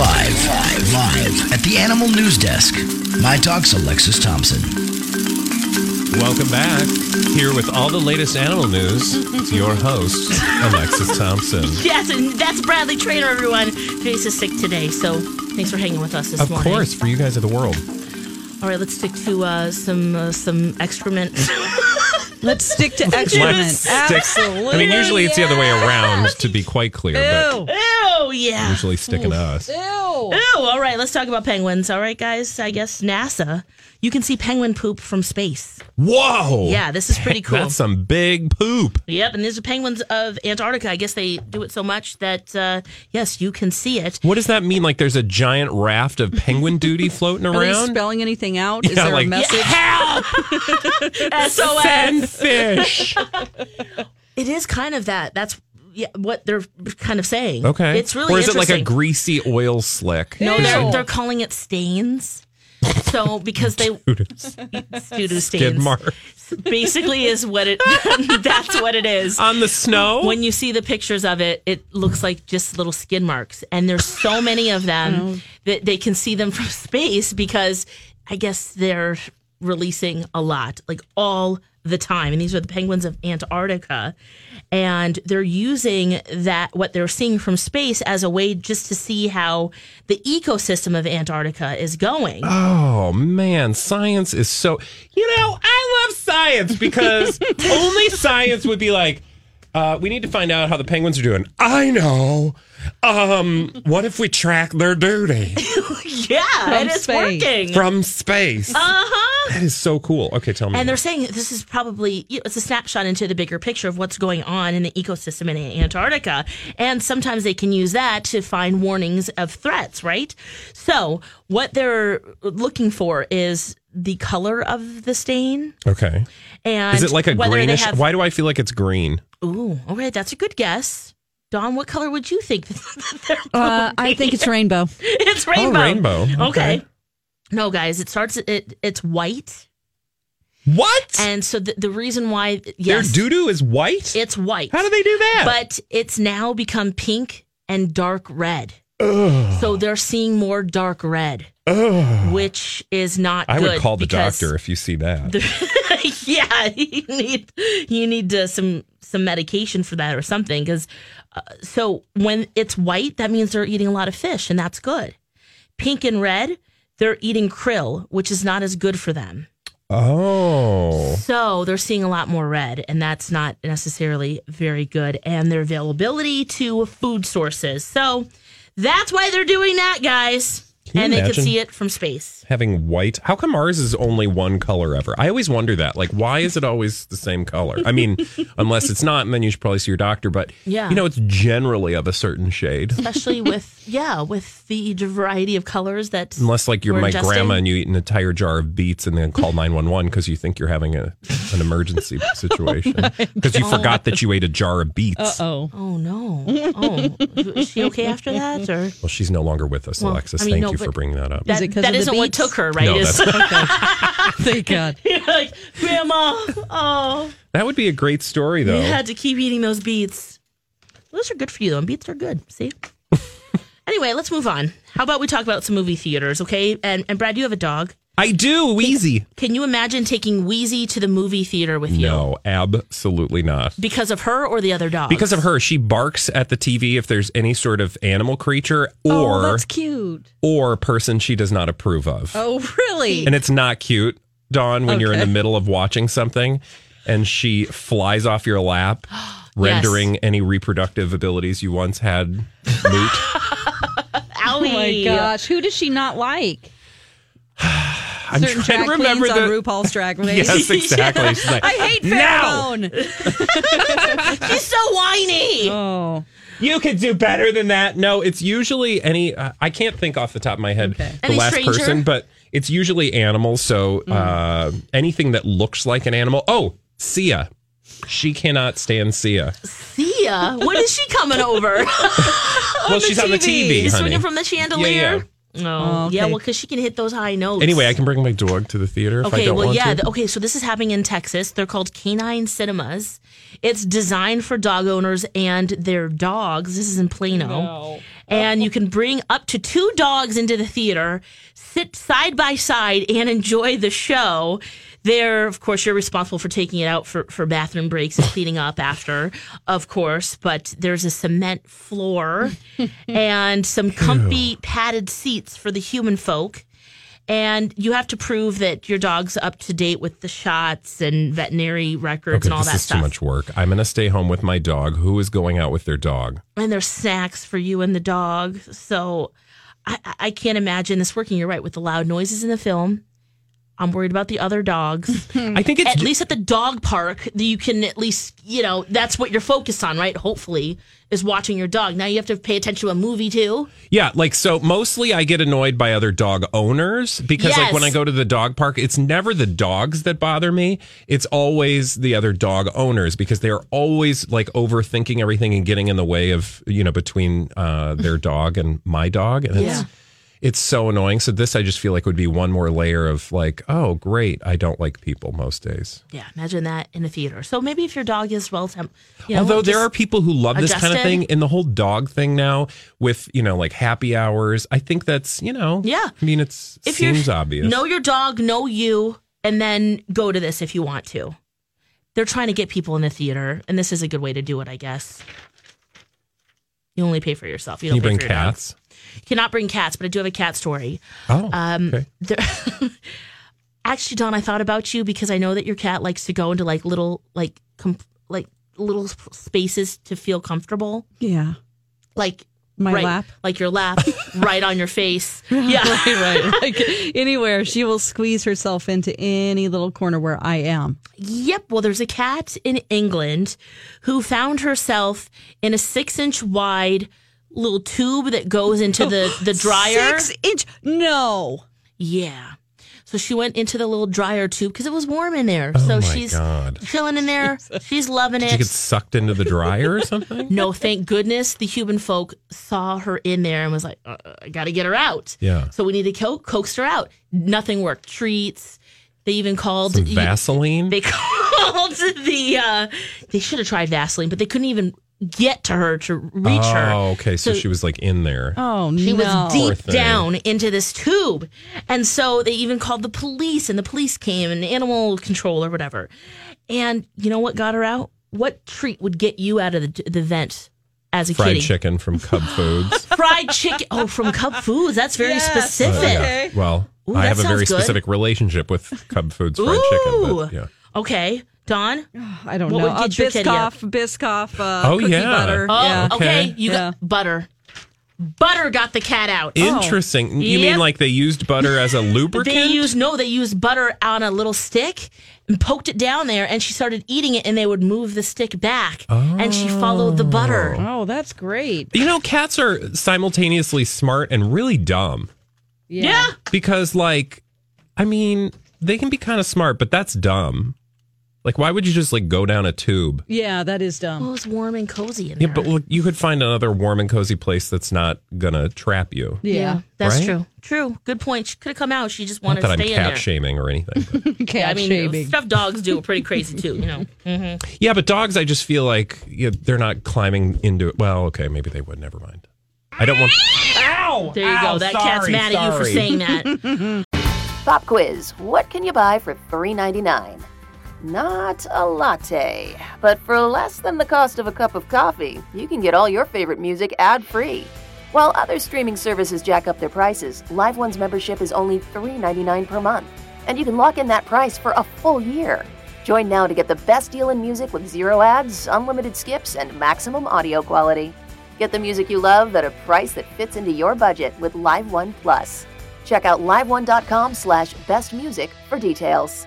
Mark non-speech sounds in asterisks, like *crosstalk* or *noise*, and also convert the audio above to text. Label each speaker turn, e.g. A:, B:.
A: Live, live, live at the Animal News Desk. My talk's Alexis Thompson.
B: Welcome back. Here with all the latest animal news, it's your host,
C: *laughs*
B: Alexis Thompson.
C: Yes, and that's Bradley Trainer, everyone. Trace is sick today, so thanks for hanging with us this
B: Of
C: morning.
B: course, for you guys of the world.
C: All right, let's stick to uh, some uh, some
B: *laughs*
C: excrement.
D: Let's stick to excrement.
B: Let's stick-
D: Absolutely.
B: I mean, usually it's the other way around, to be quite clear, but
D: Ew.
C: oh yeah.
B: usually sticking to us.
D: Ew.
C: Oh, all right. Let's talk about penguins. All right, guys. I guess NASA. You can see penguin poop from space.
B: Whoa!
C: Yeah, this is pretty cool.
B: That's some big poop.
C: Yep, and these are penguins of Antarctica. I guess they do it so much that uh, yes, you can
B: *laughs*
C: see it.
B: What does that mean? Like there's a giant raft of penguin duty floating
D: Are they
B: around?
D: spelling anything out? Is
B: Yeah,
D: there
B: like-
D: a message?
C: Help! SOS.
B: Send
C: *laughs*
B: fish.
C: uh, It is kind of that. That's yeah, what they're kind of saying.
B: Okay.
C: It's really
B: Or is it like a
C: interesting.
B: greasy oil slick?
C: No,
D: Ew.
C: they're they're calling it stains. So because they *laughs* due to
B: Skid
C: stains,
B: mark.
C: basically is what it. *laughs* that's what it is.
B: On the snow?
C: when you see the pictures of it, it looks like just little skin marks, and there's so many of
D: Oh.
C: them that they can see them from *laughs* space because I guess they're releasing a lot, like all the time. And these are the penguins of Antarctica, and they're using that what they're seeing from space as a way just to see how the ecosystem of Antarctica is going.
D: Ah.
B: Oh man, science is so. You know, I love science because
C: *laughs*
B: only science would be like, uh, we need to find out how the penguins are doing. I know. Um, what if we track their duty
C: yeah,
D: From
C: it is
D: space.
C: working.
B: from space?
C: uh huh.
B: that is so cool. Okay, tell me.
C: And
B: more.
C: they're saying that this is probably you know, it's a snapshot into the bigger picture of what's going on in the ecosystem in Antarctica. And sometimes they can use that to find warnings of threats, right? So what they're looking for is the color of the stain
B: okay,
C: and
B: is it like a
C: whether
B: greenish?
C: They have,
B: Why do I feel like it's green?
C: ooh, all right, that's a good guess. Don, what color would you think? *laughs* they're
D: Uh, I
C: probably-
D: think it's rainbow.
C: *laughs* it's rainbow.
B: Oh, rainbow.
C: Okay.
B: Okay.
C: No, guys, it starts. It it's white,
B: What?
C: and so the, the reason why
B: their
C: yes,
B: doo doo is white.
C: it's white.
B: how do they do that?
C: but it's now become pink and dark red. So they're seeing more dark red, which is not.
B: I
C: good
B: would call the
C: because
B: doctor if you see that.
C: the- *laughs* yeah, you need you need uh, some some medication for that or something because uh, so when it's white, that means they're eating a lot of fish, and that's good. Pink and red, they're eating krill, which is not as good for them.
B: oh,
C: So they're seeing a lot more red, and that's not necessarily very good. And their availability to food sources. So that's why they're doing that, guys.
B: you
C: and they
B: imagine?
C: can see it from space.
B: having white. How come ours is only one color ever? I always wonder that. Like, why is it always the same color? I
C: *laughs*
B: mean, unless it's not, and then you should probably see your doctor. But
C: Yeah.
B: you know, it's generally of a certain shade,
C: Especially with *laughs* yeah, with the variety of colors that
B: unless like you're
C: we're
B: my
C: ingesting.
B: grandma and you eat an entire jar of beets and then call nine one one because you think you're having a an emergency
C: *laughs* Oh
B: situation because you forgot that you ate a jar of beets.
D: Oh.
C: Oh no! Oh, is she okay after that? Or
B: Well, she's no longer with us,
C: Well,
B: Alexis.
C: I mean,
B: Thank
C: no,
B: you for
C: but
B: bringing that up.
C: that,
D: it 'cause
C: that
D: of the
C: isn't what
D: beats?
C: took her, right?
B: No,
C: Is- *laughs*
D: Thank God.
C: like, Grandma, oh,
B: that would be a great story, though.
C: You had to keep eating those beets. Those are good for you, though. and Beets are good.
B: *laughs*
C: See? anyway, let's move on. How about we talk about some movie theaters, okay? And, and Brad, you have a dog.
B: I do. Wheezy.
C: Can you imagine taking Wheezy to the movie theater with you?
B: No, absolutely not.
C: Because of her or the other dog?
B: Because of her, she barks at the TV if there's any sort of animal creature *laughs*
D: oh,
B: or
D: that's cute.
B: or person she does not approve of.
D: Oh, really?
B: And it's not cute, Dawn, when you're in the
D: Okay.
B: middle of watching something and she flies off your
D: *gasps*
B: lap, rendering any reproductive abilities you once had moot.
D: oh my
C: Owie.
D: gosh, who does she not like?
B: I'm
D: Certain
B: trying
D: drag
B: to remember
D: queens on
B: the.
D: RuPaul's
B: *laughs*
D: Drag Race. *laughs*
B: Yes, exactly. She's like,
D: I hate
B: now
D: pheromone.
C: She's so whiny.
D: Oh,
B: you could do better than that. No, it's usually any. Uh, I can't think off the top of my head the
C: Any
B: last
C: stranger? Mm.
B: person, but it's usually animals. So uh, anything that looks like an animal. Oh, Sia. She cannot stand Sia.
C: Thea, when is she
B: *laughs*
C: coming over?
B: well, she's on the TV,
C: Is
B: honey.
C: swinging from the chandelier? Yeah, No.
D: Oh, okay.
C: Yeah, well, because she can hit those high notes.
B: Anyway, I can bring my dog to the theater if I
C: Okay,
B: don't
C: well,
B: want
C: yeah.
B: to.
C: th- okay, so this is happening in Texas. They're called canine cinemas. It's designed for dog owners and their dogs. This is in Plano. And you can bring up to two dogs into the theater, sit side by side, and enjoy the show. There, of course, you're responsible for taking it out for, for bathroom breaks and cleaning up after, of course. But there's a cement
B: *laughs*
C: floor and some comfy padded seats for the human folk and you have to prove that your dog's up to date with the shots and veterinary records
B: Okay,
C: and all
B: this
C: that
B: is too
C: stuff.
B: much work. I'm gonna stay home with my dog. Who is going out with their dog?
C: And there's snacks for you and the dog. So I, I- I can't imagine this working. You're right with the loud noises in the film. I'm worried about the
B: *laughs*
C: other dogs.
B: I think it's
C: Mm. at least at the dog park, you can at least, you know, that's what you're focused on, right? Hopefully, is watching your dog. Now you have to pay attention to a movie too.
B: Yeah, like so mostly I get annoyed by other dog owners because like
C: Yes.
B: when I go to the dog park, it's never the dogs that bother me. It's always the other dog owners because they're always like overthinking everything and getting in the way of, you know, between uh their dog and my dog and it's it's so annoying. So this I just feel like would be one more layer of like, oh great, I don't like people most days.
C: Yeah, imagine that in a theater. So maybe if your dog is well temp, you know,
B: Although there
C: just-
B: are people who love this kind of
C: adjusted.
B: thing and the whole dog thing now with, you know, like happy hours. I think that's, you know,
C: Yeah.
B: I mean, it's seems obvious.
C: Know your dog, know you, and then go to this if you want to. They're trying to get people in the theater, and this is a good way to do it, I guess. You only pay for yourself. You
B: Can
C: don't
B: you
C: pay
B: bring
C: for your dog.
B: cats?
C: Cannot bring cats, but I do have a cat story.
B: Oh,
C: Um,
B: okay.
C: There- *laughs* Actually, Don, I thought about you because I know that your cat likes to go into like little like com- like little sp- spaces to feel comfortable,
D: yeah.
C: like
D: My
C: right,
D: lap. *laughs*
C: like your lap, right on your face. Yeah,
D: right, right. Like anywhere, she will squeeze herself into any little corner where I am.
C: Yep. Well, there's a cat in England who found herself in a six inch wide little tube that goes into the, the dryer.
D: Six inch? No.
C: Yeah. So she went into the little dryer tube because it was warm in there. so
B: Oh my
C: she's
B: God.
C: chilling in there. She's loving
B: Did you
C: it.
B: get sucked into the dryer or
C: *laughs*
B: something?
C: no, thank goodness the human folk saw her in there and was like, uh, uh, I got to get her out.
B: Yeah.
C: So we need to co- coax her out. Nothing worked. Treats. They even called
B: Some
C: you-
B: Vaseline?
C: they *laughs* called the uh they should have tried Vaseline, but they couldn't even get to her to reach her.
B: oh, okay. So,
C: So-
B: she was like in there.
D: Oh,
C: She
D: no.
C: was
B: Poor
C: deep
B: thing.
C: down into this tube. And so they even called the police and the police came and animal control or whatever. And you know what got her out? What treat would get you out of the, the vent as a
B: Fried
C: kitty?
B: chicken from Cub Foods.
C: *laughs* Fried chicken. Oh, from Cub Foods. That's very
D: Yes.
C: specific.
B: Oh, yeah. Well,
C: Ooh,
B: I
C: that
B: have a
C: sounds
B: very
C: good.
B: specific relationship with Cub Foods fried chicken.
C: Ooh.
B: But, yeah.
C: Okay. Don?
D: I don't
C: What
D: know.
C: would get your kitty up?
D: Biscoff, Biscoff, uh,
B: Oh,
D: cookie
B: yeah.
D: butter.
C: Oh,
D: yeah.
C: okay.
B: Okay.
C: You got butter. Butter got the cat out.
B: Interesting. You mean
C: Yep.
B: like they used butter as a lubricant?
C: They used no, they used butter on a little stick and poked it down there, and she started eating it, and they would move the stick back, and she followed the butter.
D: Oh, that's great.
B: you know, cats are simultaneously smart and really dumb.
D: Yeah.
B: because like i mean they can be kind of smart but that's dumb like why would you just like go down a tube
D: Yeah, that is dumb.
C: Well, it was warm and cozy in
B: yeah
C: there.
B: but look you could find another warm and cozy place that's not gonna trap you
C: Yeah, that's
B: Right?
C: true. True. Good point. She could have come out. She just
B: not
C: wanted
B: that
C: to
B: i'm
C: stay in there.
B: cat shaming or anything but-
D: *laughs* Okay,
C: I mean, stuff dogs do are pretty crazy too.
B: *laughs*
C: You know, *laughs*
B: yeah but dogs i just feel like yeah, they're not climbing into it well okay maybe they would never mind i don't want *laughs*
C: there you go. That cat's mad at you for saying that.
E: Pop quiz What can you buy for $3.99? Not a latte, but for less than the cost of a cup of coffee, you can get all your favorite music ad free. While other streaming services jack up their prices, LiveOne's membership is only $3.99 per month, and you can lock in that price for a full year. Join now to get the best deal in music with zero ads, unlimited skips, and maximum audio quality. Get the music you love at a price that fits into your budget with LiveOne Plus. Check out liveone.com slash bestmusic for details.